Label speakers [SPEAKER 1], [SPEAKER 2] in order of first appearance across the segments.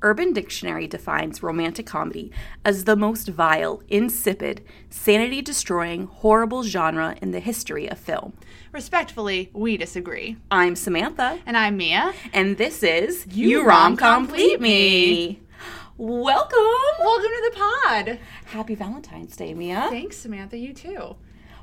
[SPEAKER 1] Urban Dictionary defines romantic comedy as the most vile, insipid, sanity destroying, horrible genre in the history of film.
[SPEAKER 2] Respectfully, we disagree.
[SPEAKER 1] I'm Samantha,
[SPEAKER 2] And I'm Mia.
[SPEAKER 1] and this is
[SPEAKER 2] You Rom-Com Complete Me.
[SPEAKER 1] Welcome!
[SPEAKER 2] Welcome to the pod.
[SPEAKER 1] Happy Valentine's Day, Mia.
[SPEAKER 2] Thanks, Samantha. You too.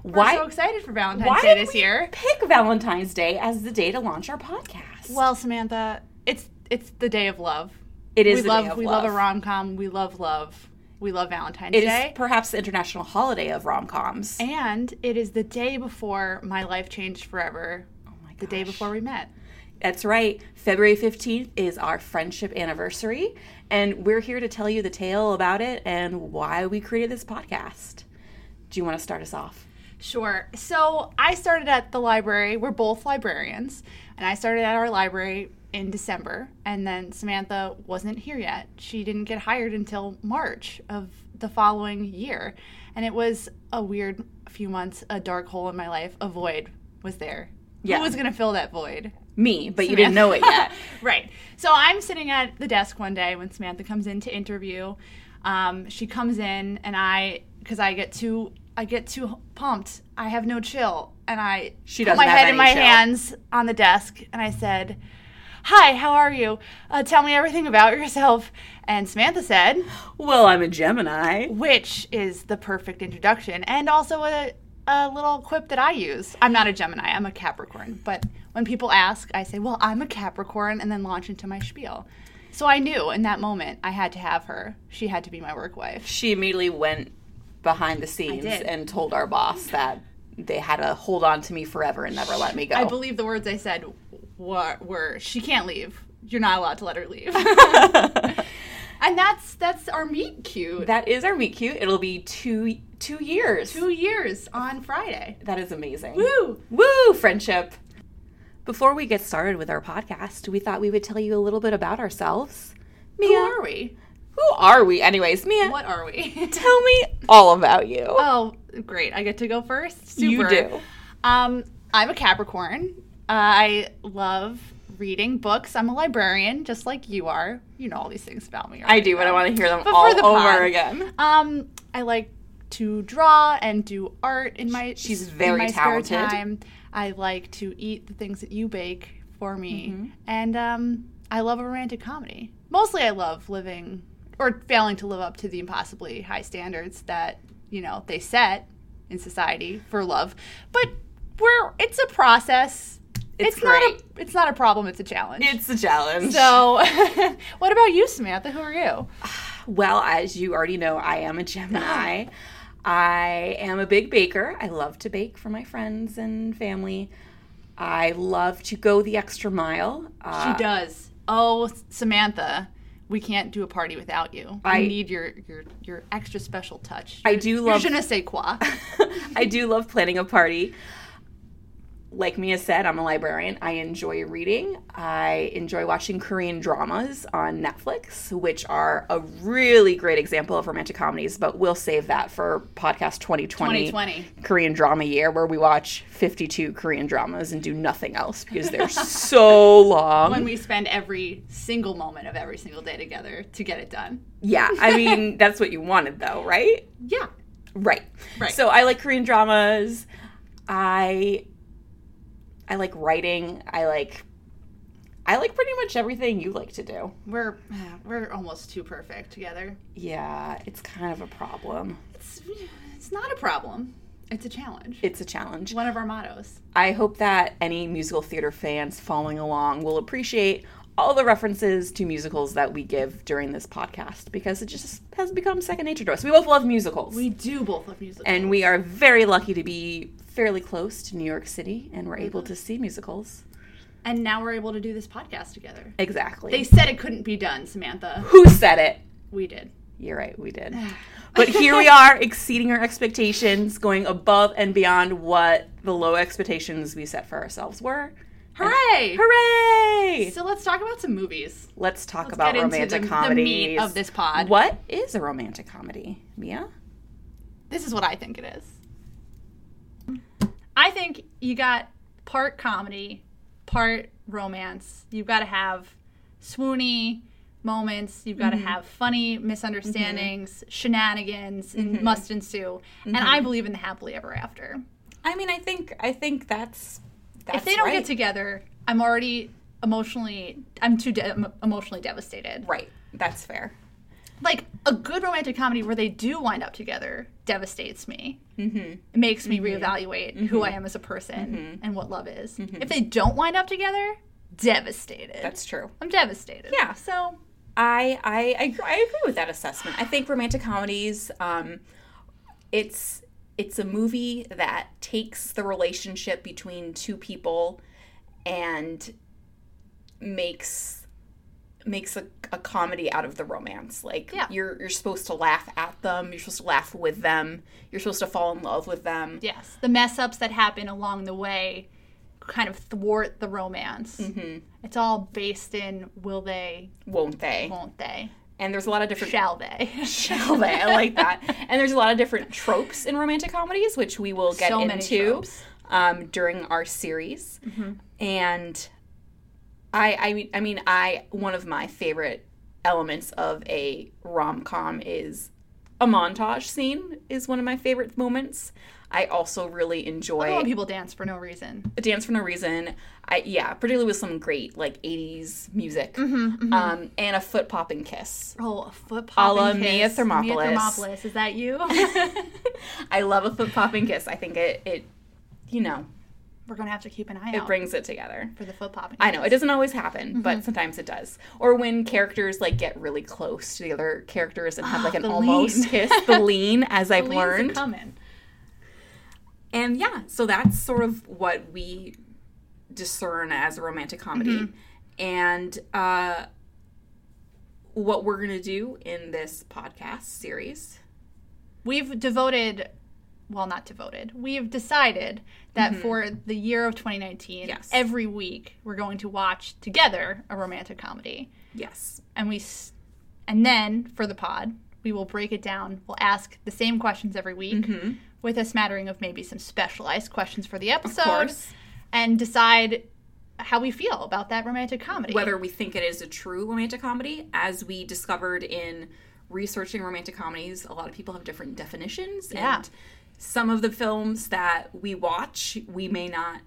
[SPEAKER 2] We're
[SPEAKER 1] Why,
[SPEAKER 2] so excited for Valentine's
[SPEAKER 1] why
[SPEAKER 2] Day
[SPEAKER 1] did
[SPEAKER 2] this
[SPEAKER 1] we
[SPEAKER 2] year.
[SPEAKER 1] pick Valentine's Day as the day to launch our podcast?
[SPEAKER 2] Well, Samantha, it's it's the day of love.
[SPEAKER 1] it is
[SPEAKER 2] we
[SPEAKER 1] the
[SPEAKER 2] love
[SPEAKER 1] day of
[SPEAKER 2] we love, a rom com. We love love. We love Valentine's
[SPEAKER 1] It is
[SPEAKER 2] Day.
[SPEAKER 1] perhaps the international holiday of rom coms.
[SPEAKER 2] and it is the day before my life changed forever.
[SPEAKER 1] Oh
[SPEAKER 2] The day before we met.
[SPEAKER 1] That's right. February 15th is our friendship anniversary, and we're here to tell you the tale about it and why we created this podcast. Do you want to start us off?
[SPEAKER 2] Sure. So I started at the library. We're both librarians. And I started at our library in December. And then Samantha wasn't here yet. She didn't get hired until March of the following year. And it was a weird few months, a dark hole in my life. A void was there.
[SPEAKER 1] Yeah.
[SPEAKER 2] Who was going to fill that void?
[SPEAKER 1] Me, but you didn't know it yet.
[SPEAKER 2] right. So I'm sitting at the desk one day when Samantha comes in to interview. Um, she comes in and I, because I get too, I get too pumped. I have no chill, and I
[SPEAKER 1] She
[SPEAKER 2] put
[SPEAKER 1] doesn't
[SPEAKER 2] my
[SPEAKER 1] have
[SPEAKER 2] head in
[SPEAKER 1] any
[SPEAKER 2] my
[SPEAKER 1] chill.
[SPEAKER 2] hands on the desk, and I said, "Hi, how are you? Uh, tell me everything about yourself." And Samantha said,
[SPEAKER 1] Well, I'm a Gemini.
[SPEAKER 2] which is the perfect introduction, and also a a little quip that I use. I'm not a Gemini. I'm a Capricorn. But when people ask, I say, "Well, I'm a Capricorn," and then launch into my spiel. So I knew in that moment I had to have her. She had to be my work wife.
[SPEAKER 1] She immediately went behind the scenes
[SPEAKER 2] did.
[SPEAKER 1] and told our boss that they had to hold on to me forever and never let me go.
[SPEAKER 2] I believe the words I said were, were "She can't leave. You're not allowed to let her leave." and that's that's our meet cute.
[SPEAKER 1] that is our meet cute. It'll be two two years.
[SPEAKER 2] Two years on Friday.
[SPEAKER 1] That is amazing.
[SPEAKER 2] Woo!
[SPEAKER 1] Woo, friendship. Before we get started with our podcast, we thought we would tell you a little bit about ourselves. Mia,
[SPEAKER 2] Who are we?
[SPEAKER 1] who are we anyways? Mia,
[SPEAKER 2] What are we?
[SPEAKER 1] tell me all about you.
[SPEAKER 2] Oh, great. I get to go first. Super.
[SPEAKER 1] You do.
[SPEAKER 2] Um, I'm a Capricorn. Uh, I love reading books. I'm a librarian, just like you are. You know all these things about me.
[SPEAKER 1] I do, but I want to hear them
[SPEAKER 2] But for
[SPEAKER 1] all
[SPEAKER 2] the
[SPEAKER 1] over
[SPEAKER 2] pod.
[SPEAKER 1] again.
[SPEAKER 2] Um, I like to draw and do art in my
[SPEAKER 1] She's very
[SPEAKER 2] in my Spare
[SPEAKER 1] talented.
[SPEAKER 2] time. I like to eat the things that you bake for me,
[SPEAKER 1] Mm-hmm.
[SPEAKER 2] and um, I love a romantic comedy. Mostly, I love living or failing to live up to the impossibly high standards that you know they set in society for love. But we're it's a process.
[SPEAKER 1] It's
[SPEAKER 2] not
[SPEAKER 1] great.
[SPEAKER 2] a it's not a problem. It's a challenge.
[SPEAKER 1] It's a challenge.
[SPEAKER 2] so, what about you, Samantha? Who are you?
[SPEAKER 1] Well, as you already know, I am a Gemini. I am a big baker. I love to bake for my friends and family. I love to go the extra mile.
[SPEAKER 2] She
[SPEAKER 1] Uh,
[SPEAKER 2] does. Oh, Samantha, we can't do a party without you. I
[SPEAKER 1] I-
[SPEAKER 2] need your your your extra special touch.
[SPEAKER 1] I do love
[SPEAKER 2] Je ne sais quoi.
[SPEAKER 1] I do love planning a party. Like Mia said, I'm a librarian. I enjoy reading. I enjoy watching Korean dramas on Netflix, which are a really great example of romantic comedies, but we'll save that for podcast 2020,
[SPEAKER 2] 2020.
[SPEAKER 1] Korean drama year, where we watch 52 Korean dramas and do nothing else because they're so long.
[SPEAKER 2] When we spend every single moment of every single day together to get it done.
[SPEAKER 1] yeah, I mean, that's what you wanted though, right?
[SPEAKER 2] Yeah.
[SPEAKER 1] Right.
[SPEAKER 2] Right.
[SPEAKER 1] So I like Korean dramas. I I like writing. I like I like pretty much everything you like to do.
[SPEAKER 2] We're uh, we're almost too perfect together.
[SPEAKER 1] Yeah, it's kind of a problem.
[SPEAKER 2] It's it's not a problem. It's a challenge.
[SPEAKER 1] It's a challenge.
[SPEAKER 2] One of our mottos.
[SPEAKER 1] I hope that any musical theater fans following along will appreciate all the references to musicals that we give during this podcast because it just has become second nature to us. We both love musicals.
[SPEAKER 2] We do both love music.
[SPEAKER 1] and we are very lucky to be fairly close to New York City and
[SPEAKER 2] Mm-hmm.
[SPEAKER 1] we're able to see musicals.
[SPEAKER 2] and now we're able to do this podcast together.
[SPEAKER 1] Exactly.
[SPEAKER 2] They said it couldn't be done, Samantha.
[SPEAKER 1] Who said it?
[SPEAKER 2] We did.
[SPEAKER 1] You're right, we did. But here we are, exceeding our expectations, going above and beyond what the low expectations we set for ourselves were.
[SPEAKER 2] Hooray!
[SPEAKER 1] Hooray!
[SPEAKER 2] So let's talk about some movies.
[SPEAKER 1] Let's talk about
[SPEAKER 2] get into
[SPEAKER 1] romantic
[SPEAKER 2] the- the
[SPEAKER 1] comedies.
[SPEAKER 2] meat of this pod.
[SPEAKER 1] What is a romantic comedy, Mia?
[SPEAKER 2] This is what I think it is. I think you got part comedy, part romance. You've got to have swoony, moments. You've got
[SPEAKER 1] Mm-hmm.
[SPEAKER 2] to have funny misunderstandings, shenanigans and
[SPEAKER 1] Mm-hmm.
[SPEAKER 2] must ensue. And I believe in the happily ever after.
[SPEAKER 1] I mean, I think I think that's that's
[SPEAKER 2] if they don't
[SPEAKER 1] right.
[SPEAKER 2] get together, I'm already emotionally I'm too de- em- emotionally devastated.
[SPEAKER 1] right. That's fair.
[SPEAKER 2] Like a good romantic comedy where they do wind up together devastates me. Mm-hmm. It makes me
[SPEAKER 1] Mm-hmm.
[SPEAKER 2] reevaluate who I am as a person and what love is. If they don't wind up together, devastated.
[SPEAKER 1] That's true.
[SPEAKER 2] I'm devastated.
[SPEAKER 1] Yeah.
[SPEAKER 2] So
[SPEAKER 1] I I I, agree- I agree with that assessment. I think romantic comedies, um, it's it's a movie that takes the relationship between two people and makes makes a, a comedy out of the romance. Like
[SPEAKER 2] Yeah.
[SPEAKER 1] you're you're supposed to laugh at them, you're supposed to laugh with them, you're supposed to fall in love with them.
[SPEAKER 2] yes, the mess ups that happen along the way kind of thwart the romance. Mm-hmm. It's all based in will they,
[SPEAKER 1] Won't they?
[SPEAKER 2] won't they,
[SPEAKER 1] And there's a lot of different
[SPEAKER 2] shall they.
[SPEAKER 1] shall they? I like that. And there's a lot of different tropes in romantic comedies, which we will get
[SPEAKER 2] So many
[SPEAKER 1] into
[SPEAKER 2] tropes.
[SPEAKER 1] um, during our series. And I, I mean, I mean, I one of my favorite elements of a rom com is a montage scene. Is one of my favorite moments. I also really enjoy
[SPEAKER 2] I don't want people to dance for no reason.
[SPEAKER 1] a dance for no reason i yeah particularly with some great like 80s music um and a foot popping kiss
[SPEAKER 2] Oh, a foot
[SPEAKER 1] A la
[SPEAKER 2] popping kiss.
[SPEAKER 1] Mia Thermopolis.
[SPEAKER 2] Mia Thermopolis, is that you?
[SPEAKER 1] i love a foot popping kiss i think it it you know
[SPEAKER 2] We're gonna have to keep an eye
[SPEAKER 1] it
[SPEAKER 2] out
[SPEAKER 1] brings it together
[SPEAKER 2] for the foot popping.
[SPEAKER 1] i know it doesn't always happen but
[SPEAKER 2] Mm-hmm.
[SPEAKER 1] sometimes it does or when characters like get really close to the other characters and have like an
[SPEAKER 2] the
[SPEAKER 1] almost
[SPEAKER 2] lean.
[SPEAKER 1] kiss the lean as i've learned
[SPEAKER 2] coming.
[SPEAKER 1] and yeah so that's sort of what we discern as a romantic comedy
[SPEAKER 2] Mm-hmm.
[SPEAKER 1] and uh what we're gonna do in this podcast series
[SPEAKER 2] We've devoted, well, not devoted. We've decided that for the year of 2019,
[SPEAKER 1] Mm-hmm. Yes.
[SPEAKER 2] every week we're going to watch together a romantic comedy,
[SPEAKER 1] yes
[SPEAKER 2] and we, s- and then for the pod, we will break it down. We'll ask the same questions every week.
[SPEAKER 1] Mm-hmm.
[SPEAKER 2] With a smattering of maybe some specialized questions for the episode,
[SPEAKER 1] course.
[SPEAKER 2] and decide how we feel about that romantic comedy.
[SPEAKER 1] whether we think it is a true romantic comedy as we discovered in researching romantic comedies a lot of people have different definitions
[SPEAKER 2] Yeah.
[SPEAKER 1] and some of the films that we watch we may not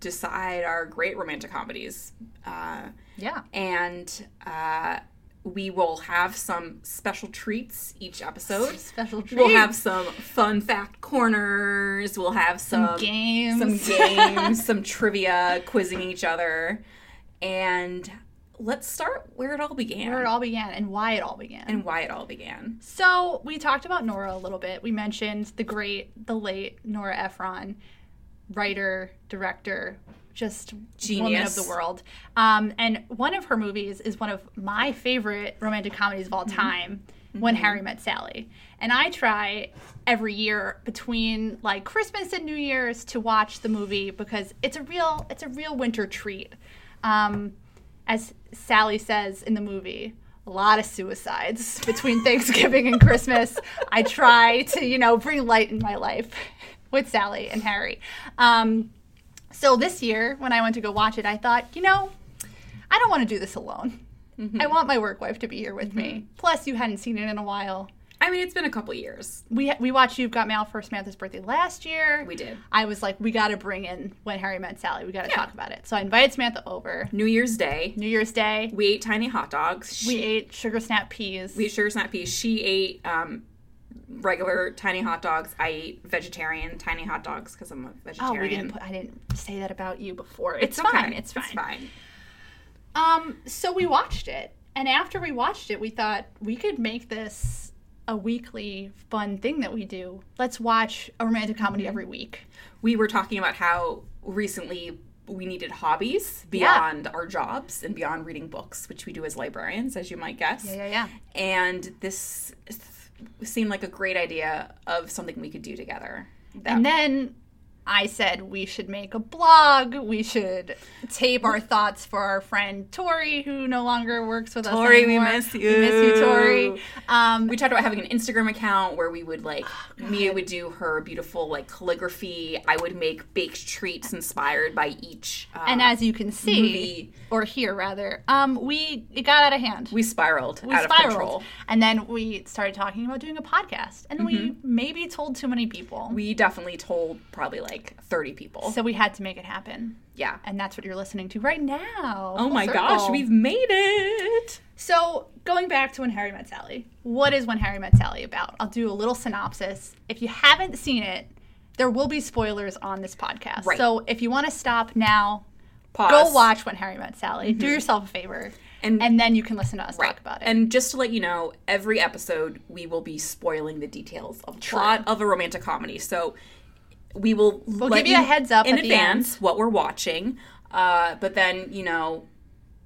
[SPEAKER 1] decide are great romantic comedies uh,
[SPEAKER 2] yeah,
[SPEAKER 1] and uh, we will have some special treats each episode.
[SPEAKER 2] special treat.
[SPEAKER 1] We'll have some fun fact corners. We'll have
[SPEAKER 2] Um,
[SPEAKER 1] some
[SPEAKER 2] games.
[SPEAKER 1] some games, some trivia, quizzing each other, and let's start where it all began
[SPEAKER 2] where it all began and why it all began.
[SPEAKER 1] and why it all began.
[SPEAKER 2] so we talked about Nora a little bit. We mentioned the great, the late Nora Ephron, writer, director, just woman of
[SPEAKER 1] Genius.
[SPEAKER 2] the world. Um, and one of her movies is one of my favorite romantic comedies of all time. When Harry Met Sally. And I try every year between like Christmas and New Year's to watch the movie because it's a real it's a real winter treat. Um, as Sally says in the movie, a lot of suicides between Thanksgiving and Christmas. I try to, you know, bring light in my life with Sally and Harry. Um, so this year, when I went to go watch it, I thought, you know, I don't want to do this alone. I want my work wife to be here with me. Plus, you hadn't seen it in a while.
[SPEAKER 1] I mean, it's been a couple years.
[SPEAKER 2] We we watched You've Got Mail for Samantha's birthday last year.
[SPEAKER 1] We did.
[SPEAKER 2] I was like, we got to bring in When Harry Met Sally. We got to talk about it. So I invited Samantha over.
[SPEAKER 1] New Year's Day,
[SPEAKER 2] New Year's Day.
[SPEAKER 1] we ate tiny hot dogs.
[SPEAKER 2] We ate sugar snap peas.
[SPEAKER 1] we sure snap peas. She ate um, regular tiny hot dogs. I ate vegetarian tiny hot dogs because I'm a
[SPEAKER 2] oh,
[SPEAKER 1] vegetarian.
[SPEAKER 2] we didn't. Put, I didn't say that about you before. It's, fine. It's fine. Um, so we watched it, and after we watched it, we thought we could make this a weekly fun thing that we do. Let's watch a romantic comedy
[SPEAKER 1] Mm-hmm.
[SPEAKER 2] every week.
[SPEAKER 1] We were talking about how recently we needed hobbies beyond our jobs and beyond reading books, which we do as librarians, as you might guess.
[SPEAKER 2] yeah.
[SPEAKER 1] And this seemed like a great idea of something we could do together. That
[SPEAKER 2] And then I said we should make a blog. We should tape our thoughts for our friend Tori, who no longer works with
[SPEAKER 1] Tori,
[SPEAKER 2] us
[SPEAKER 1] we
[SPEAKER 2] anymore.
[SPEAKER 1] miss
[SPEAKER 2] We miss you,
[SPEAKER 1] you.
[SPEAKER 2] Tori. Um,
[SPEAKER 1] We talked about having an Instagram account where we would like Mia would do her beautiful like calligraphy. I would make baked treats inspired by each. Uh,
[SPEAKER 2] and as you can see,
[SPEAKER 1] movie.
[SPEAKER 2] or hear rather, um, we it got out of hand.
[SPEAKER 1] we spiraled
[SPEAKER 2] we
[SPEAKER 1] out
[SPEAKER 2] spiraled.
[SPEAKER 1] of control.
[SPEAKER 2] And then we started talking about doing a podcast, and we maybe told too many people.
[SPEAKER 1] Mm-hmm. We definitely told probably like thirty people.
[SPEAKER 2] so we had to make it happen.
[SPEAKER 1] yeah.
[SPEAKER 2] And that's what you're listening to right now.
[SPEAKER 1] Oh
[SPEAKER 2] Full
[SPEAKER 1] my
[SPEAKER 2] circle.
[SPEAKER 1] gosh, we've made it.
[SPEAKER 2] So, going back to When Harry Met Sally, what is When Harry Met Sally about? I'll do a little synopsis. If you haven't seen it, there will be spoilers on this podcast.
[SPEAKER 1] Right.
[SPEAKER 2] So, if you want to stop now,
[SPEAKER 1] Pause.
[SPEAKER 2] go watch When Harry Met Sally. Do yourself a favor.
[SPEAKER 1] And-
[SPEAKER 2] And, then you can listen to us talk about it.
[SPEAKER 1] Mm-hmm. And just to let you know, every episode we will be spoiling the details of the plot of a romantic comedy. So we will we'll
[SPEAKER 2] give you a heads up
[SPEAKER 1] in
[SPEAKER 2] at the
[SPEAKER 1] advance what we're watching. Uh, but then you know,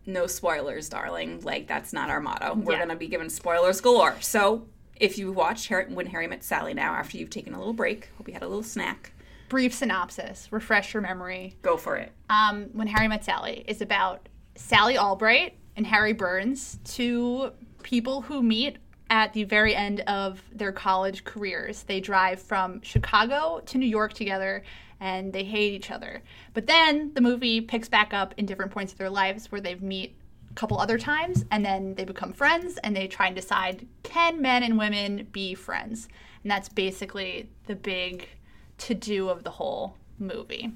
[SPEAKER 1] no spoilers, darling. Like that's not our motto. We're
[SPEAKER 2] Yeah.
[SPEAKER 1] gonna be given spoilers galore. So if you watch Har- when Harry met Sally now after you've taken a little break, hope you had a little snack.
[SPEAKER 2] Brief synopsis, refresh your memory.
[SPEAKER 1] Go for it.
[SPEAKER 2] um, when Harry Met Sally is about Sally Albright and Harry Burns, two people who meet at the very end of their college careers. They drive from Chicago to New York together and they hate each other. But then the movie picks back up in different points of their lives where they meet a couple other times and then they become friends and they try and decide can men and women be friends? And that's basically the big to do of the whole movie.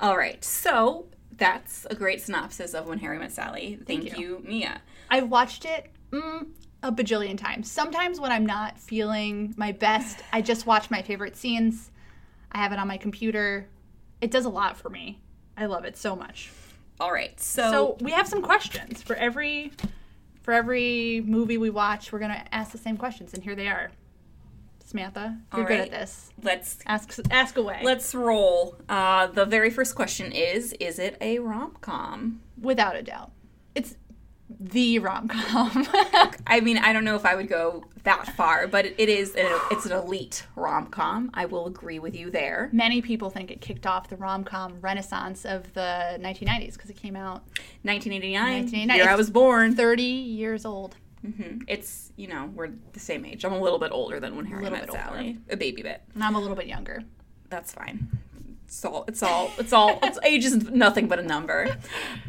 [SPEAKER 1] All right. So that's a great synopsis of when Harry met Sally. Thank, you, Mia.
[SPEAKER 2] I've watched it mm, a bajillion times. Sometimes when I'm not feeling my best, I just watch my favorite scenes. I have it on my computer. It does a lot for me. I love it so much.
[SPEAKER 1] All right.
[SPEAKER 2] So we have some questions for every for every movie we watch. We're gonna ask the same questions, and here they are. Samantha, you're
[SPEAKER 1] All
[SPEAKER 2] good
[SPEAKER 1] right.
[SPEAKER 2] at this.
[SPEAKER 1] let's
[SPEAKER 2] Ask ask away
[SPEAKER 1] Let's roll. Uh, the very first question is Is it a rom com?
[SPEAKER 2] without a doubt. It's the rom com.
[SPEAKER 1] I mean, I don't know if I would go that far, but it, it is, an, it's an elite rom com. I will agree with you there.
[SPEAKER 2] Many people think it kicked off the rom com renaissance of the 1990s because it came out
[SPEAKER 1] 1989,
[SPEAKER 2] 1989.
[SPEAKER 1] year I was born.
[SPEAKER 2] 30 years old.
[SPEAKER 1] Mhm. It's, you know, we're the same age. I'm a little bit older than when Harry
[SPEAKER 2] Little
[SPEAKER 1] met
[SPEAKER 2] bit older.
[SPEAKER 1] Sally. A baby bit.
[SPEAKER 2] And I'm a little bit younger.
[SPEAKER 1] That's fine. It's all, it's all, it's all, it's, age is nothing but a number.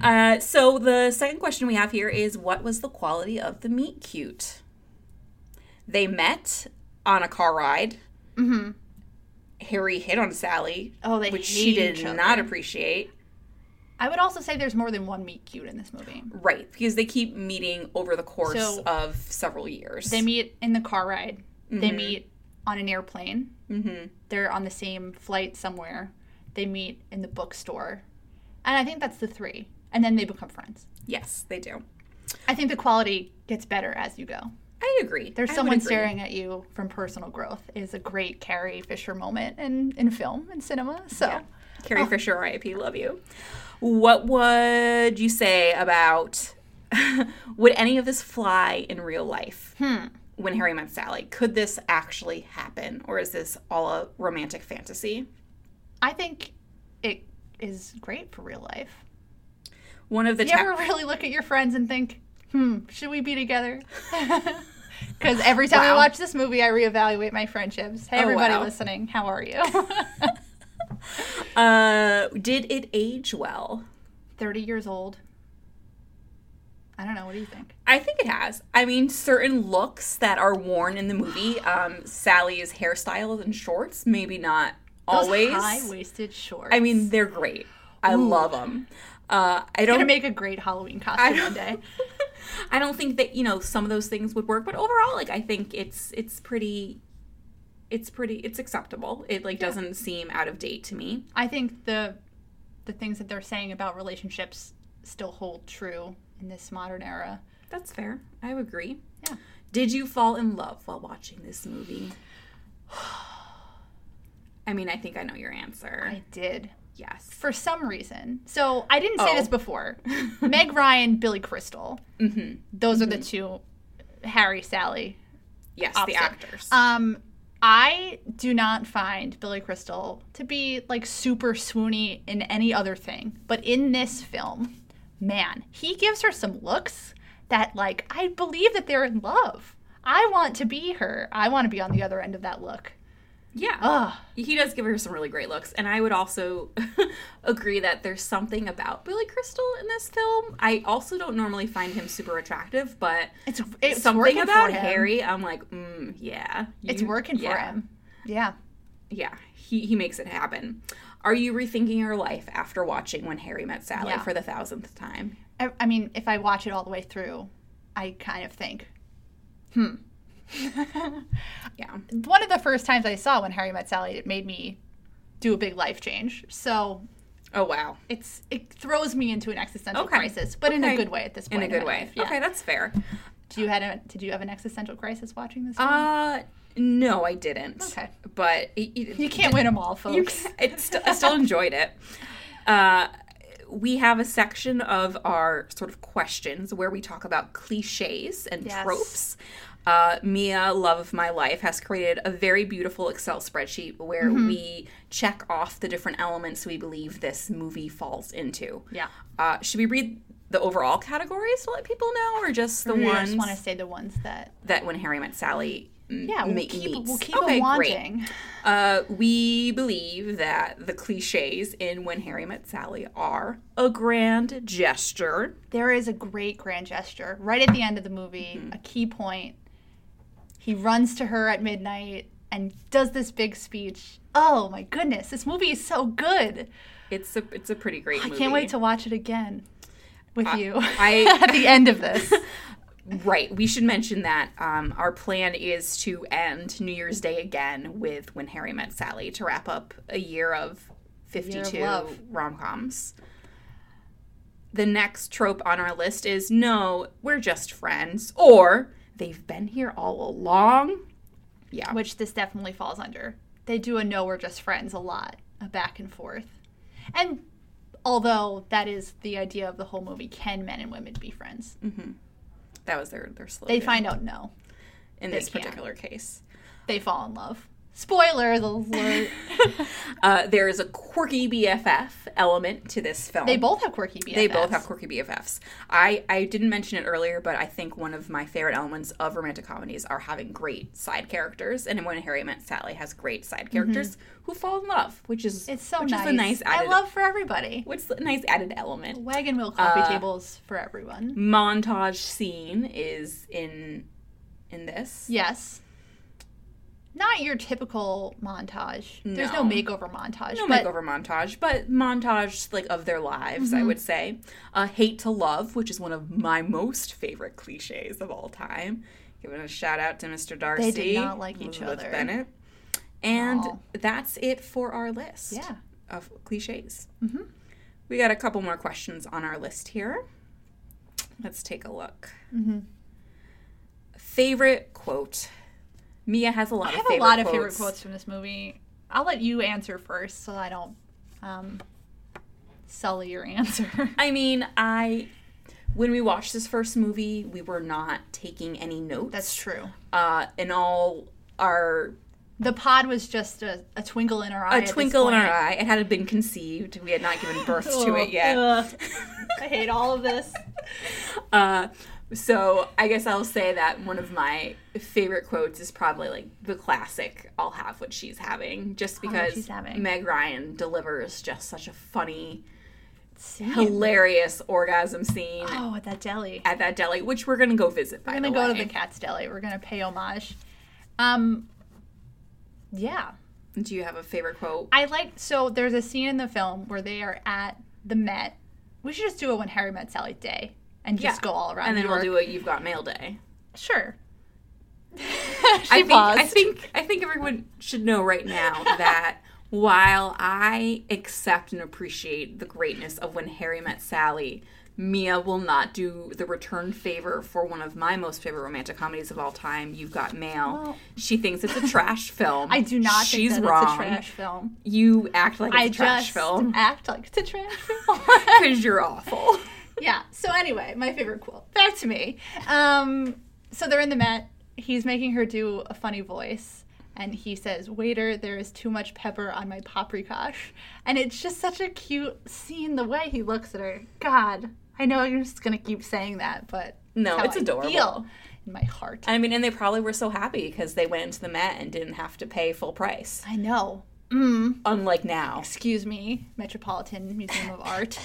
[SPEAKER 1] Uh, so the second question we have here is What was the quality of the meet cute? They met on a car ride.
[SPEAKER 2] Mm-hmm.
[SPEAKER 1] Harry hit on Sally,
[SPEAKER 2] Oh, they
[SPEAKER 1] which
[SPEAKER 2] hate
[SPEAKER 1] she did
[SPEAKER 2] each other.
[SPEAKER 1] not appreciate.
[SPEAKER 2] I would also say there's more than one meet cute in this movie.
[SPEAKER 1] Right, because they keep meeting over the course
[SPEAKER 2] So-
[SPEAKER 1] of several years.
[SPEAKER 2] They meet in the car ride,
[SPEAKER 1] Mm-hmm.
[SPEAKER 2] they meet on an airplane,
[SPEAKER 1] hmm
[SPEAKER 2] they're on the same flight somewhere, they meet in the bookstore. And I think that's the three. And then they become friends.
[SPEAKER 1] Yes, they do.
[SPEAKER 2] I think the quality gets better as you go.
[SPEAKER 1] I agree.
[SPEAKER 2] There's
[SPEAKER 1] I would
[SPEAKER 2] someone
[SPEAKER 1] agree.
[SPEAKER 2] staring at you from personal growth is a great Carrie Fisher moment in, in film and cinema. So
[SPEAKER 1] Carrie Fisher, R.I.P. Love you. What would you say about? would any of this fly in real life? When Harry met Sally, could this actually happen, or is this all a romantic fantasy?
[SPEAKER 2] I think it is great for real life.
[SPEAKER 1] One of the
[SPEAKER 2] You
[SPEAKER 1] ta-
[SPEAKER 2] ever really look at your friends and think, hmm, should we be together? Because every time I
[SPEAKER 1] Wow.
[SPEAKER 2] watch this movie, I reevaluate my friendships. Hey,
[SPEAKER 1] Oh,
[SPEAKER 2] everybody
[SPEAKER 1] wow.
[SPEAKER 2] listening, how are you?
[SPEAKER 1] uh, did it age well?
[SPEAKER 2] 30 years old. I don't know. What do you think?
[SPEAKER 1] I think it has. I mean, certain looks that are worn in the movie, um, Sally's hairstyles and shorts, maybe not always.
[SPEAKER 2] high waisted shorts.
[SPEAKER 1] I mean, they're great. I love 'em. love them. Uh, I
[SPEAKER 2] going to
[SPEAKER 1] don't.
[SPEAKER 2] make a great Halloween
[SPEAKER 1] I
[SPEAKER 2] costume
[SPEAKER 1] don't.
[SPEAKER 2] one day.
[SPEAKER 1] I don't think that you know some of those things would work, but overall, like I think it's it's pretty, it's pretty, it's acceptable. It like doesn't seem out of date to me.
[SPEAKER 2] I think the the things that they're saying about relationships still hold true in this modern era.
[SPEAKER 1] That's fair. I would agree.
[SPEAKER 2] Yeah.
[SPEAKER 1] Did you fall in love while watching this movie? I mean, I think I know your answer.
[SPEAKER 2] I did.
[SPEAKER 1] yes.
[SPEAKER 2] for some reason. So I didn't say
[SPEAKER 1] Oh.
[SPEAKER 2] this before. Meg Ryan, Billy Crystal.
[SPEAKER 1] Mhm.
[SPEAKER 2] Those are the two. Harry, Sally.
[SPEAKER 1] Yes,
[SPEAKER 2] Opposite.
[SPEAKER 1] the actors.
[SPEAKER 2] Um, I do not find Billy Crystal to be like super swoony in any other thing, but in this film, man, he gives her some looks that like I believe that they're in love. I want to be her. I want to be on the other end of that look.
[SPEAKER 1] Yeah.
[SPEAKER 2] Ugh.
[SPEAKER 1] He does give her some really great looks. And I would also agree that there's something about Billy Crystal in this film. I also don't normally find him super attractive, but
[SPEAKER 2] It's it's
[SPEAKER 1] something
[SPEAKER 2] working
[SPEAKER 1] about
[SPEAKER 2] for him.
[SPEAKER 1] Harry, I'm like, mm, yeah.
[SPEAKER 2] It's
[SPEAKER 1] you-
[SPEAKER 2] working for
[SPEAKER 1] yeah,
[SPEAKER 2] him. Yeah.
[SPEAKER 1] Yeah. He, he makes it happen. Are you rethinking your life after watching When Harry Met Sally
[SPEAKER 2] Yeah.
[SPEAKER 1] for the thousandth time?
[SPEAKER 2] I, I mean, if I watch it all the way through, I kind of think, hmm.
[SPEAKER 1] Yeah.
[SPEAKER 2] One of the first times I saw when Harry met Sally, it made me do a big life change. So
[SPEAKER 1] Oh, wow.
[SPEAKER 2] it's it throws me into an existential
[SPEAKER 1] Okay.
[SPEAKER 2] crisis, but in a
[SPEAKER 1] Okay.
[SPEAKER 2] good way at this
[SPEAKER 1] In
[SPEAKER 2] point.
[SPEAKER 1] a good
[SPEAKER 2] my
[SPEAKER 1] way.
[SPEAKER 2] life, Yeah.
[SPEAKER 1] Okay, that's fair.
[SPEAKER 2] Do you had a, did you have an existential crisis watching this? film?
[SPEAKER 1] Uh, no, I didn't.
[SPEAKER 2] Okay.
[SPEAKER 1] But it, it,
[SPEAKER 2] you can't win them all,
[SPEAKER 1] You
[SPEAKER 2] folks.
[SPEAKER 1] can- it st- I still enjoyed it. Uh, we have a section of our sort of questions where we talk about cliches and
[SPEAKER 2] Yes.
[SPEAKER 1] tropes. Uh, Mia, love of my life, has created a very beautiful Excel spreadsheet where
[SPEAKER 2] Mm-hmm.
[SPEAKER 1] we check off the different elements we believe this movie falls into.
[SPEAKER 2] Yeah.
[SPEAKER 1] Uh, should we read the overall categories to let people know, or just the
[SPEAKER 2] I
[SPEAKER 1] ones
[SPEAKER 2] just want to say the ones that
[SPEAKER 1] that when Harry met Sally? m-
[SPEAKER 2] yeah we'll
[SPEAKER 1] me-
[SPEAKER 2] keep
[SPEAKER 1] meets?
[SPEAKER 2] we'll keep
[SPEAKER 1] Okay,
[SPEAKER 2] them
[SPEAKER 1] great.
[SPEAKER 2] wanting.
[SPEAKER 1] Uh, we believe that the cliches in When Harry Met Sally are a grand gesture,
[SPEAKER 2] There is a great grand gesture right at the end of the movie,
[SPEAKER 1] Mm-hmm.
[SPEAKER 2] a key point. He runs to her at midnight and does this big speech. Oh my goodness, this movie is so good.
[SPEAKER 1] it's a it's a pretty great.
[SPEAKER 2] I can't wait to watch it again with you
[SPEAKER 1] I-
[SPEAKER 2] at the end of this.
[SPEAKER 1] Right, we should mention that um, our plan is to end New Year's Day again with When Harry Met Sally to wrap up a year of fifty-two
[SPEAKER 2] love.
[SPEAKER 1] rom coms. The next trope on our list is no, we're just friends, or they've been here all along. Yeah,
[SPEAKER 2] which this definitely falls under. They do a no, we're just friends a lot, a back and forth. And although that is the idea of the whole movie, can men and women be friends?
[SPEAKER 1] that was their their slogan.
[SPEAKER 2] They find out no,
[SPEAKER 1] in this
[SPEAKER 2] can't.
[SPEAKER 1] particular case.
[SPEAKER 2] they fall in love. Spoilers alert.
[SPEAKER 1] Uh, there is a quirky BFF element to this film.
[SPEAKER 2] they both have quirky BFFs.
[SPEAKER 1] They both have quirky BFFs. I, I didn't mention it earlier, but I think one of my favorite elements of romantic comedies are having great side characters. And when Harry Met Sally has great side characters who fall in love, which is
[SPEAKER 2] Mm-hmm. It's so
[SPEAKER 1] which
[SPEAKER 2] nice.
[SPEAKER 1] Is a nice added,
[SPEAKER 2] I love for everybody.
[SPEAKER 1] What's the nice added element?
[SPEAKER 2] Wagon wheel coffee
[SPEAKER 1] Uh,
[SPEAKER 2] tables for everyone.
[SPEAKER 1] Montage scene is in in this.
[SPEAKER 2] Yes. Not your typical montage. There's no
[SPEAKER 1] No.
[SPEAKER 2] makeover montage.
[SPEAKER 1] No
[SPEAKER 2] but
[SPEAKER 1] makeover montage, but montage like of their lives,
[SPEAKER 2] Mm-hmm.
[SPEAKER 1] I would say. Uh, hate to love, which is one of my most favorite cliches of all time. Giving a shout out to Mr. Darcy.
[SPEAKER 2] not like each
[SPEAKER 1] Elizabeth
[SPEAKER 2] other.
[SPEAKER 1] Bennet. And
[SPEAKER 2] all.
[SPEAKER 1] that's it for our list
[SPEAKER 2] Yeah. Mm-hmm.
[SPEAKER 1] of cliches. We got a couple more questions on our list here. Let's take a look.
[SPEAKER 2] Mm-hmm.
[SPEAKER 1] Favorite quote. Mia has a lot
[SPEAKER 2] I
[SPEAKER 1] of
[SPEAKER 2] have a
[SPEAKER 1] favorite
[SPEAKER 2] lot of
[SPEAKER 1] quotes.
[SPEAKER 2] favorite quotes from this movie. I'll let you answer first so I don't um, sully your answer.
[SPEAKER 1] I mean, I when we watched this first movie, we were not taking any notes.
[SPEAKER 2] That's true.
[SPEAKER 1] Uh, and all our
[SPEAKER 2] The pod was just a, a twinkle in our eye.
[SPEAKER 1] a
[SPEAKER 2] at this
[SPEAKER 1] twinkle in our
[SPEAKER 2] point. Oh,
[SPEAKER 1] eye. It hadn't been conceived. We had not given birth to it yet.
[SPEAKER 2] Ugh. I hate all of this.
[SPEAKER 1] Uh, so I guess I'll say that one of my favorite quotes is probably like the classic "I'll have what she's having," just
[SPEAKER 2] what
[SPEAKER 1] because
[SPEAKER 2] she's having.
[SPEAKER 1] Meg Ryan delivers just such a funny,
[SPEAKER 2] Scene.
[SPEAKER 1] hilarious orgasm scene
[SPEAKER 2] Oh, at that deli.
[SPEAKER 1] at that deli, which we're gonna go visit. By
[SPEAKER 2] We're gonna
[SPEAKER 1] the
[SPEAKER 2] go
[SPEAKER 1] way.
[SPEAKER 2] to the Cat's Deli. We're gonna pay homage. Um, yeah,
[SPEAKER 1] Do you have a favorite quote?
[SPEAKER 2] I like. So there's a scene in the film where they are at the Met. We should just do it when Harry met Sally Day and just
[SPEAKER 1] Yeah.
[SPEAKER 2] go all around.
[SPEAKER 1] and then
[SPEAKER 2] New
[SPEAKER 1] we'll
[SPEAKER 2] York.
[SPEAKER 1] do a you've got mail day.
[SPEAKER 2] sure.
[SPEAKER 1] I
[SPEAKER 2] She
[SPEAKER 1] think I
[SPEAKER 2] paused.
[SPEAKER 1] think I think everyone should know right now that while I accept and appreciate the greatness of when Harry met Sally, Mia will not do the return favor for one of my most favorite romantic comedies of all time, You've Got Mail.
[SPEAKER 2] Well-
[SPEAKER 1] she thinks it's a trash film.
[SPEAKER 2] I do not
[SPEAKER 1] She's
[SPEAKER 2] think that
[SPEAKER 1] wrong.
[SPEAKER 2] it's a trash film.
[SPEAKER 1] You act like it's
[SPEAKER 2] I
[SPEAKER 1] a trash
[SPEAKER 2] just
[SPEAKER 1] film
[SPEAKER 2] act like it's a trash film.
[SPEAKER 1] because you're awful.
[SPEAKER 2] yeah. So anyway, my favorite quote. Back to me. Um, so they're in the Met. He's making her do a funny voice, and he says, "Waiter, there is too much pepper on my paprikash," and it's just such a cute scene. The way he looks at her, God, I know I'm just gonna keep saying that, but
[SPEAKER 1] No,
[SPEAKER 2] how
[SPEAKER 1] it's
[SPEAKER 2] I
[SPEAKER 1] adorable.
[SPEAKER 2] feel in my heart.
[SPEAKER 1] I mean, and they probably were so happy because they went into the Met and didn't have to pay full price,
[SPEAKER 2] I know. Mm.
[SPEAKER 1] unlike now.
[SPEAKER 2] Excuse me, Metropolitan Museum of Art.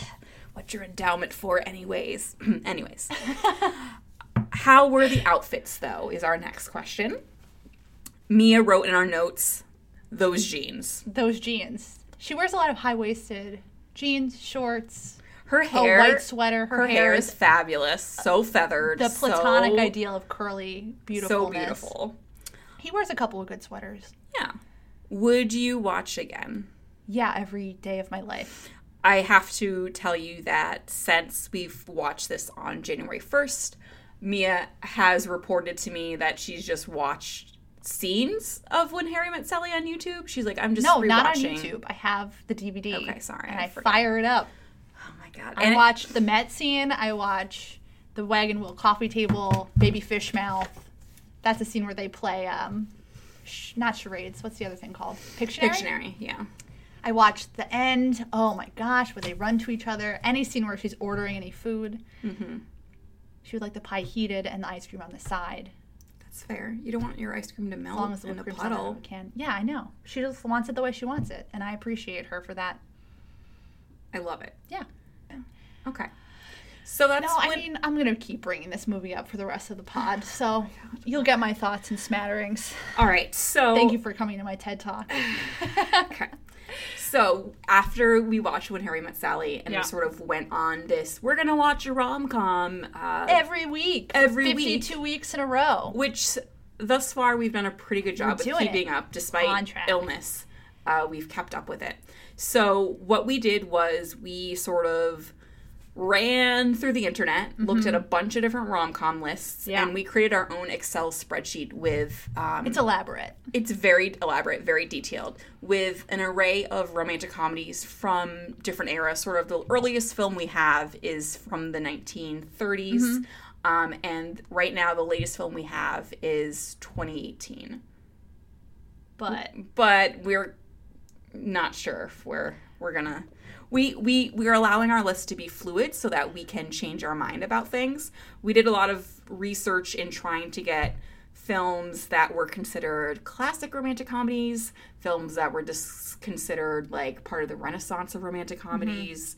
[SPEAKER 1] What's your endowment for, anyways? anyways. How were the outfits, though, is our next question. Mia wrote in our notes those jeans.
[SPEAKER 2] Those jeans. She wears a lot of high waisted jeans, shorts,
[SPEAKER 1] Her
[SPEAKER 2] a
[SPEAKER 1] hair.
[SPEAKER 2] Oh, white sweater. Her,
[SPEAKER 1] her hair is fabulous, so feathered,
[SPEAKER 2] the platonic
[SPEAKER 1] so,
[SPEAKER 2] ideal of curly beautifulness.
[SPEAKER 1] so beautiful.
[SPEAKER 2] He wears a couple of good sweaters.
[SPEAKER 1] Yeah. Would you watch again?
[SPEAKER 2] Yeah, every day of my life.
[SPEAKER 1] I have to tell you that since we've watched this on January 1st, Mia has reported to me that she's just watched scenes of When Harry Met Sally on YouTube. She's like, I'm just
[SPEAKER 2] No,
[SPEAKER 1] rewatching.
[SPEAKER 2] not on YouTube. I have the DVD.
[SPEAKER 1] Okay, sorry,
[SPEAKER 2] And
[SPEAKER 1] I
[SPEAKER 2] I,
[SPEAKER 1] forgot.
[SPEAKER 2] fire it up.
[SPEAKER 1] Oh my god!
[SPEAKER 2] I
[SPEAKER 1] And
[SPEAKER 2] watch the Met scene. I watch the wagon wheel coffee table, baby fish mouth. That's a scene where they play, um, sh- not charades. What's the other thing called? Pictionary.
[SPEAKER 1] Pictionary, yeah.
[SPEAKER 2] I watched the end. Oh my gosh, where they run to each other. Any scene where she's ordering any food. Mm-hmm. She would like the pie heated and the ice cream on the side.
[SPEAKER 1] That's fair. You don't want your ice cream to melt
[SPEAKER 2] As long as the
[SPEAKER 1] Oh, in
[SPEAKER 2] whipped
[SPEAKER 1] a
[SPEAKER 2] cream's not out of
[SPEAKER 1] puddle.
[SPEAKER 2] the can. Yeah, I know. She just wants it the way she wants it, and I appreciate her for that.
[SPEAKER 1] I love it.
[SPEAKER 2] Yeah.
[SPEAKER 1] Okay. So that's
[SPEAKER 2] No, I
[SPEAKER 1] when-
[SPEAKER 2] mean, I'm going to keep bringing this movie up for the rest of the pod,
[SPEAKER 1] Oh
[SPEAKER 2] so you'll get my thoughts and smatterings.
[SPEAKER 1] all right. So
[SPEAKER 2] Thank you for coming to my TED Talk.
[SPEAKER 1] Oh. Okay. So after we watched When Harry Met Sally and
[SPEAKER 2] Yeah.
[SPEAKER 1] we sort of went on this, we're gonna watch a rom com, uh,
[SPEAKER 2] Every week.
[SPEAKER 1] Every
[SPEAKER 2] 52 weeks in a row.
[SPEAKER 1] which thus far we've done a pretty good job
[SPEAKER 2] We're
[SPEAKER 1] of
[SPEAKER 2] doing
[SPEAKER 1] keeping
[SPEAKER 2] it.
[SPEAKER 1] up despite
[SPEAKER 2] On track.
[SPEAKER 1] illness. Uh, we've kept up with it. So what we did was we sort of ran through the internet, looked at a bunch of different rom com lists,
[SPEAKER 2] Mm-hmm. Yeah.
[SPEAKER 1] and we created our own Excel spreadsheet with um,
[SPEAKER 2] It's elaborate.
[SPEAKER 1] it's very elaborate, very detailed, with an array of romantic comedies from different eras. Sort of the earliest film we have is from the 1930s, um, and right now the latest film we have is 2018.
[SPEAKER 2] But
[SPEAKER 1] But we're not sure if we're we're gonna we we we're allowing our list to be fluid so that we can change our mind about things. We did a lot of research in trying to get films that were considered classic romantic comedies, films that were just considered like part of the renaissance of romantic comedies.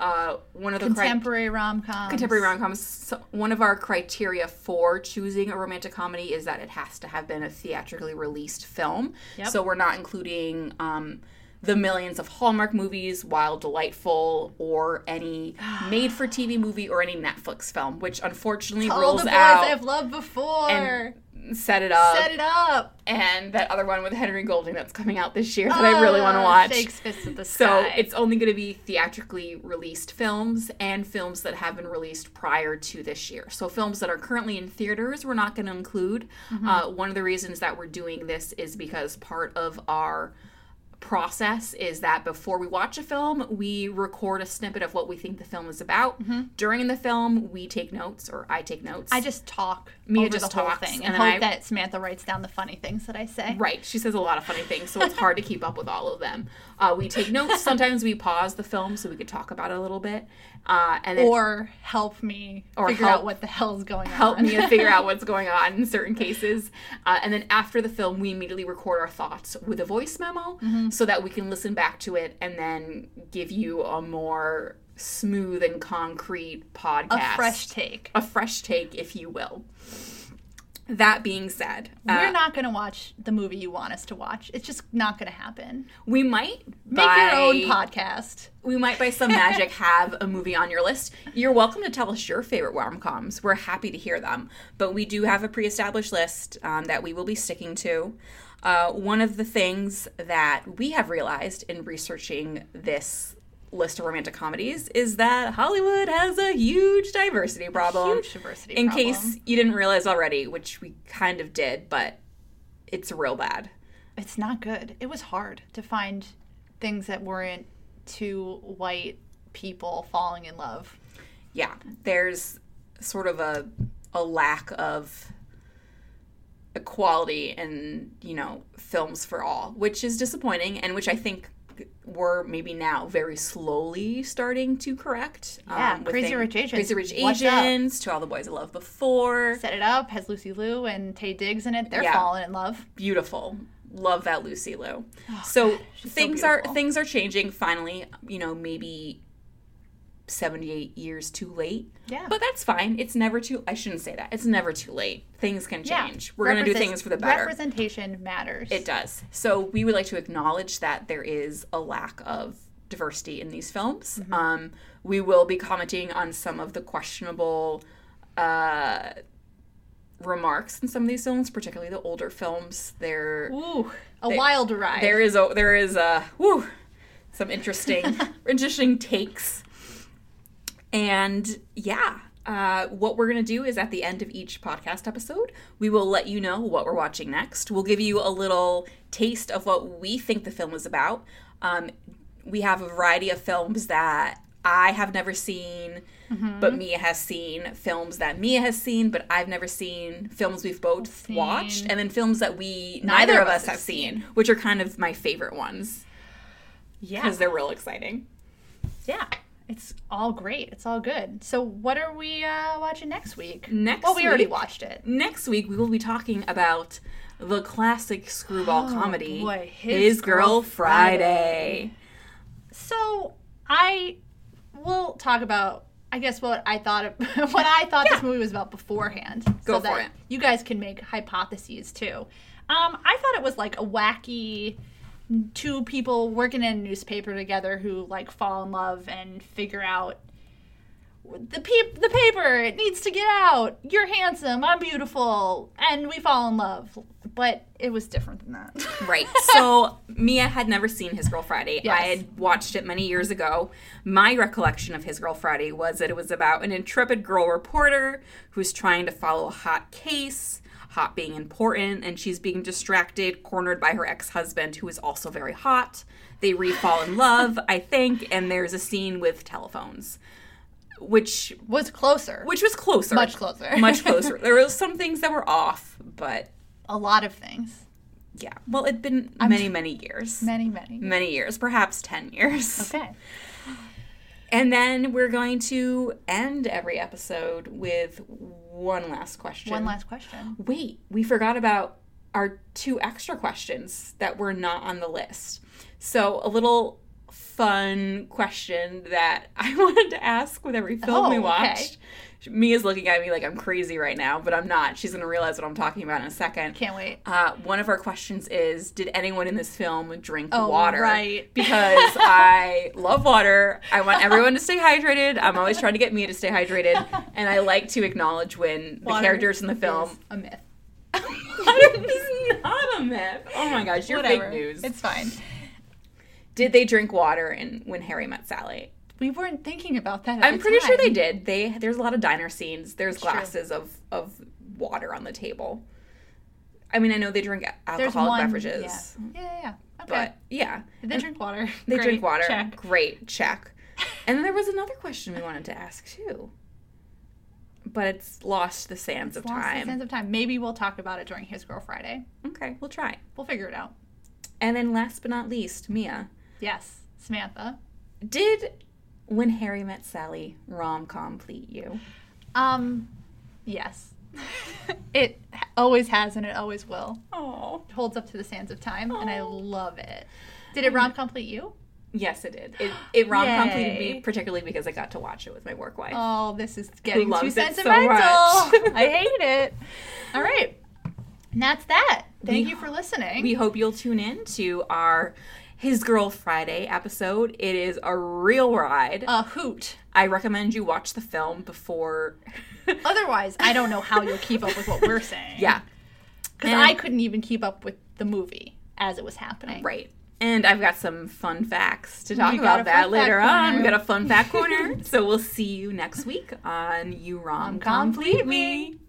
[SPEAKER 1] Uh, one of the cri-
[SPEAKER 2] contemporary rom com.
[SPEAKER 1] contemporary rom-coms so one of our criteria for choosing a romantic comedy is that it has to have been a theatrically released film
[SPEAKER 2] Yep.
[SPEAKER 1] so we're not including um, the millions of hallmark movies wild delightful or any made-for-tv movie or any netflix film which unfortunately
[SPEAKER 2] All
[SPEAKER 1] rules
[SPEAKER 2] the boys
[SPEAKER 1] out uh,
[SPEAKER 2] I've loved before.
[SPEAKER 1] set it up
[SPEAKER 2] Set it up.
[SPEAKER 1] and that other one with henry golding that's coming out this year that
[SPEAKER 2] Ah,
[SPEAKER 1] i really want to watch
[SPEAKER 2] Shakes fists at the
[SPEAKER 1] so
[SPEAKER 2] sky.
[SPEAKER 1] it's only going to be theatrically released films and films that have been released prior to this year. So films that are currently in theaters, we're not going to include. Uh, one of the reasons that we're doing this is because part of our process is that before we watch a film, we record a snippet of what we think the film is about. During the film, we take notes, or I take notes.
[SPEAKER 2] I just talk
[SPEAKER 1] Mia
[SPEAKER 2] over
[SPEAKER 1] just
[SPEAKER 2] the whole
[SPEAKER 1] talks,
[SPEAKER 2] thing
[SPEAKER 1] and
[SPEAKER 2] and,
[SPEAKER 1] then
[SPEAKER 2] hope
[SPEAKER 1] I-
[SPEAKER 2] that Samantha writes down the funny things that I say.
[SPEAKER 1] Right. She says a lot of funny things, so it's hard to keep up with all of them. Uh, we take notes. Sometimes we pause the film so we could talk about it a little bit. Uh, and then
[SPEAKER 2] Or help me
[SPEAKER 1] Or
[SPEAKER 2] figure
[SPEAKER 1] help-
[SPEAKER 2] out what the hell's going
[SPEAKER 1] help
[SPEAKER 2] on.
[SPEAKER 1] me to figure out what's going on in certain cases. Uh, and then after the film, we immediately record our thoughts with a voice memo
[SPEAKER 2] Mm-hmm.
[SPEAKER 1] so that we can listen back to it and then give you a more smooth and concrete podcast.
[SPEAKER 2] a fresh take.
[SPEAKER 1] a fresh take, if you will. That being said, uh,
[SPEAKER 2] We're not going to watch the movie you want us to watch. It's just not going to happen.
[SPEAKER 1] we might
[SPEAKER 2] Make your own
[SPEAKER 1] by-
[SPEAKER 2] podcast.
[SPEAKER 1] we might by some magic have a movie on your list. You're welcome to tell us your favorite rom coms. We're happy to hear them. But we do have a pre established list um, that we will be sticking to. Uh, one of the things that we have realized in researching this list of romantic comedies is that Hollywood has a huge diversity problem.
[SPEAKER 2] Huge diversity
[SPEAKER 1] in
[SPEAKER 2] problem.
[SPEAKER 1] case you didn't realize already, which we kind of did, but it's real bad.
[SPEAKER 2] It's not good. It was hard to find things that weren't two white people falling in love.
[SPEAKER 1] yeah there's sort of a a lack of equality and you know films for all which is disappointing and which i think we're maybe now very slowly starting to correct um,
[SPEAKER 2] Yeah, Crazy
[SPEAKER 1] within-
[SPEAKER 2] Rich Asians.
[SPEAKER 1] crazy rich
[SPEAKER 2] What's up?
[SPEAKER 1] asians to all the boys i loved before
[SPEAKER 2] Set It Up has Lucy Liu and Tay Diggs in it. They're
[SPEAKER 1] Yeah.
[SPEAKER 2] falling in love.
[SPEAKER 1] beautiful love that lucy lou so
[SPEAKER 2] Oh, she's so
[SPEAKER 1] things are
[SPEAKER 2] beautiful.
[SPEAKER 1] things are changing finally you know maybe 78 years too late
[SPEAKER 2] Yeah.
[SPEAKER 1] but that's fine it's never too i shouldn't say that it's never too late things can change we're gonna do
[SPEAKER 2] Represent-
[SPEAKER 1] things for the better
[SPEAKER 2] Representation matters.
[SPEAKER 1] It does. So we would like to acknowledge that there is a lack of diversity in these films.
[SPEAKER 2] Mm-hmm.
[SPEAKER 1] Um, we will be commenting on some of the questionable uh, remarks in some of these films, particularly the older films. There,
[SPEAKER 2] Ooh, a wild ride.
[SPEAKER 1] there is a there is a woo, some interesting interesting takes. And yeah, uh, what we're going to do is at the end of each podcast episode, we will let you know what we're watching next. We'll give you a little taste of what we think the film is about. Um, we have a variety of films that I have never seen, but Mia has seen, films that Mia has seen, but I've never seen, films we've both watched, and then films that we neither, of us have seen, which are kind of my favorite ones
[SPEAKER 2] yeah,
[SPEAKER 1] because they're real exciting.
[SPEAKER 2] yeah. It's all great. It's all good. So, what are we uh, watching next week?
[SPEAKER 1] Next
[SPEAKER 2] well, we already
[SPEAKER 1] week-
[SPEAKER 2] watched it.
[SPEAKER 1] Next week, we will be talking about the classic screwball comedy,
[SPEAKER 2] boy,
[SPEAKER 1] Oh, His,
[SPEAKER 2] His
[SPEAKER 1] Girl,
[SPEAKER 2] Girl
[SPEAKER 1] Friday.
[SPEAKER 2] So, I will talk about. I guess what I thought of, what I thought this movie was about beforehand,
[SPEAKER 1] Go
[SPEAKER 2] so
[SPEAKER 1] for
[SPEAKER 2] that
[SPEAKER 1] it.
[SPEAKER 2] you guys can make hypotheses too. Um, I thought it was like a wacky two people working in a newspaper together who like fall in love and figure out the peop- the paper it needs to get out. You're handsome, I'm beautiful, and we fall in love. But it was different than that.
[SPEAKER 1] Right. So Mia had never seen His Girl Friday.
[SPEAKER 2] Yes.
[SPEAKER 1] I had watched it many years ago. My recollection of His Girl Friday was that it was about an intrepid girl reporter who's trying to follow a hot case, hot being important, and she's being distracted, cornered by her ex husband, who is also very hot. They re fall in love, I think, and there's a scene with telephones. Which
[SPEAKER 2] was closer.
[SPEAKER 1] which was closer.
[SPEAKER 2] Much closer.
[SPEAKER 1] much closer. There were some things that were off, but
[SPEAKER 2] a lot of things.
[SPEAKER 1] yeah. Well, it'd been many, many years.
[SPEAKER 2] Many, many.
[SPEAKER 1] Many years, perhaps 10 years.
[SPEAKER 2] Okay.
[SPEAKER 1] And then we're going to end every episode with one last question.
[SPEAKER 2] One last question.
[SPEAKER 1] Wait, we forgot about our two extra questions that were not on the list. So, a little fun question that I wanted to ask with every film
[SPEAKER 2] Oh,
[SPEAKER 1] we
[SPEAKER 2] okay.
[SPEAKER 1] watched. Mia's looking at me like I'm crazy right now, but I'm not. She's going to realize what I'm talking about in a second.
[SPEAKER 2] Can't wait.
[SPEAKER 1] Uh, one of our questions is Did anyone in this film drink
[SPEAKER 2] Oh,
[SPEAKER 1] water?
[SPEAKER 2] right.
[SPEAKER 1] Because I love water. I want everyone to stay hydrated. I'm always trying to get Mia to stay hydrated. And I like to acknowledge when the
[SPEAKER 2] Water
[SPEAKER 1] characters in the film.
[SPEAKER 2] Is a myth.
[SPEAKER 1] Water is not a myth. Oh my gosh, you're
[SPEAKER 2] Whatever.
[SPEAKER 1] fake news.
[SPEAKER 2] It's fine.
[SPEAKER 1] Did they drink water in When Harry Met Sally?
[SPEAKER 2] We weren't thinking about that. At
[SPEAKER 1] I'm
[SPEAKER 2] the
[SPEAKER 1] pretty sure they
[SPEAKER 2] time.
[SPEAKER 1] did. They There's a lot of diner scenes, there's
[SPEAKER 2] true.
[SPEAKER 1] glasses of, of water on the table. I mean, I know they drink
[SPEAKER 2] There's
[SPEAKER 1] alcoholic
[SPEAKER 2] one-
[SPEAKER 1] beverages.
[SPEAKER 2] Yeah, yeah, yeah. yeah. Okay.
[SPEAKER 1] But yeah,
[SPEAKER 2] They drink water.
[SPEAKER 1] They
[SPEAKER 2] Great.
[SPEAKER 1] drink water.
[SPEAKER 2] Check.
[SPEAKER 1] Great, check. And then there was another question we wanted to ask too. But it's lost the sands of
[SPEAKER 2] Lost the
[SPEAKER 1] time.
[SPEAKER 2] sense of time. Maybe we'll talk about it during His Girl Friday.
[SPEAKER 1] okay, we'll try.
[SPEAKER 2] We'll figure it out.
[SPEAKER 1] And then last but not least, Mia.
[SPEAKER 2] Yes, Samantha.
[SPEAKER 1] Did when Harry met Sally rom com pleat you?
[SPEAKER 2] Um, yes. it always has and it always will.
[SPEAKER 1] Oh.
[SPEAKER 2] It holds up to the sands of time, and I
[SPEAKER 1] Oh.
[SPEAKER 2] love it. Did it rom complete you?
[SPEAKER 1] Yes, it did. It, it rom com pleated
[SPEAKER 2] Yay.
[SPEAKER 1] me, particularly because I got to watch it with my work wife.
[SPEAKER 2] Oh, this is getting
[SPEAKER 1] loves
[SPEAKER 2] too
[SPEAKER 1] it so
[SPEAKER 2] sentimental.
[SPEAKER 1] much.
[SPEAKER 2] I hate it. All right. And that's that. Thank
[SPEAKER 1] We-
[SPEAKER 2] you for listening.
[SPEAKER 1] We hope you'll tune in to our His Girl Friday episode. It is a real ride.
[SPEAKER 2] a hoot.
[SPEAKER 1] I recommend you watch the film before.
[SPEAKER 2] Otherwise, I don't know how you'll keep up with what we're saying.
[SPEAKER 1] yeah,
[SPEAKER 2] Because
[SPEAKER 1] And-
[SPEAKER 2] I couldn't even keep up with the movie as it was happening.
[SPEAKER 1] right. And I've got some fun facts to talk
[SPEAKER 2] We got a
[SPEAKER 1] about that
[SPEAKER 2] fun fact
[SPEAKER 1] later on. We
[SPEAKER 2] corner.
[SPEAKER 1] got a fun fact corner. so we'll see you next week on You Rom
[SPEAKER 2] Complete
[SPEAKER 1] Complete
[SPEAKER 2] Me.
[SPEAKER 1] Me.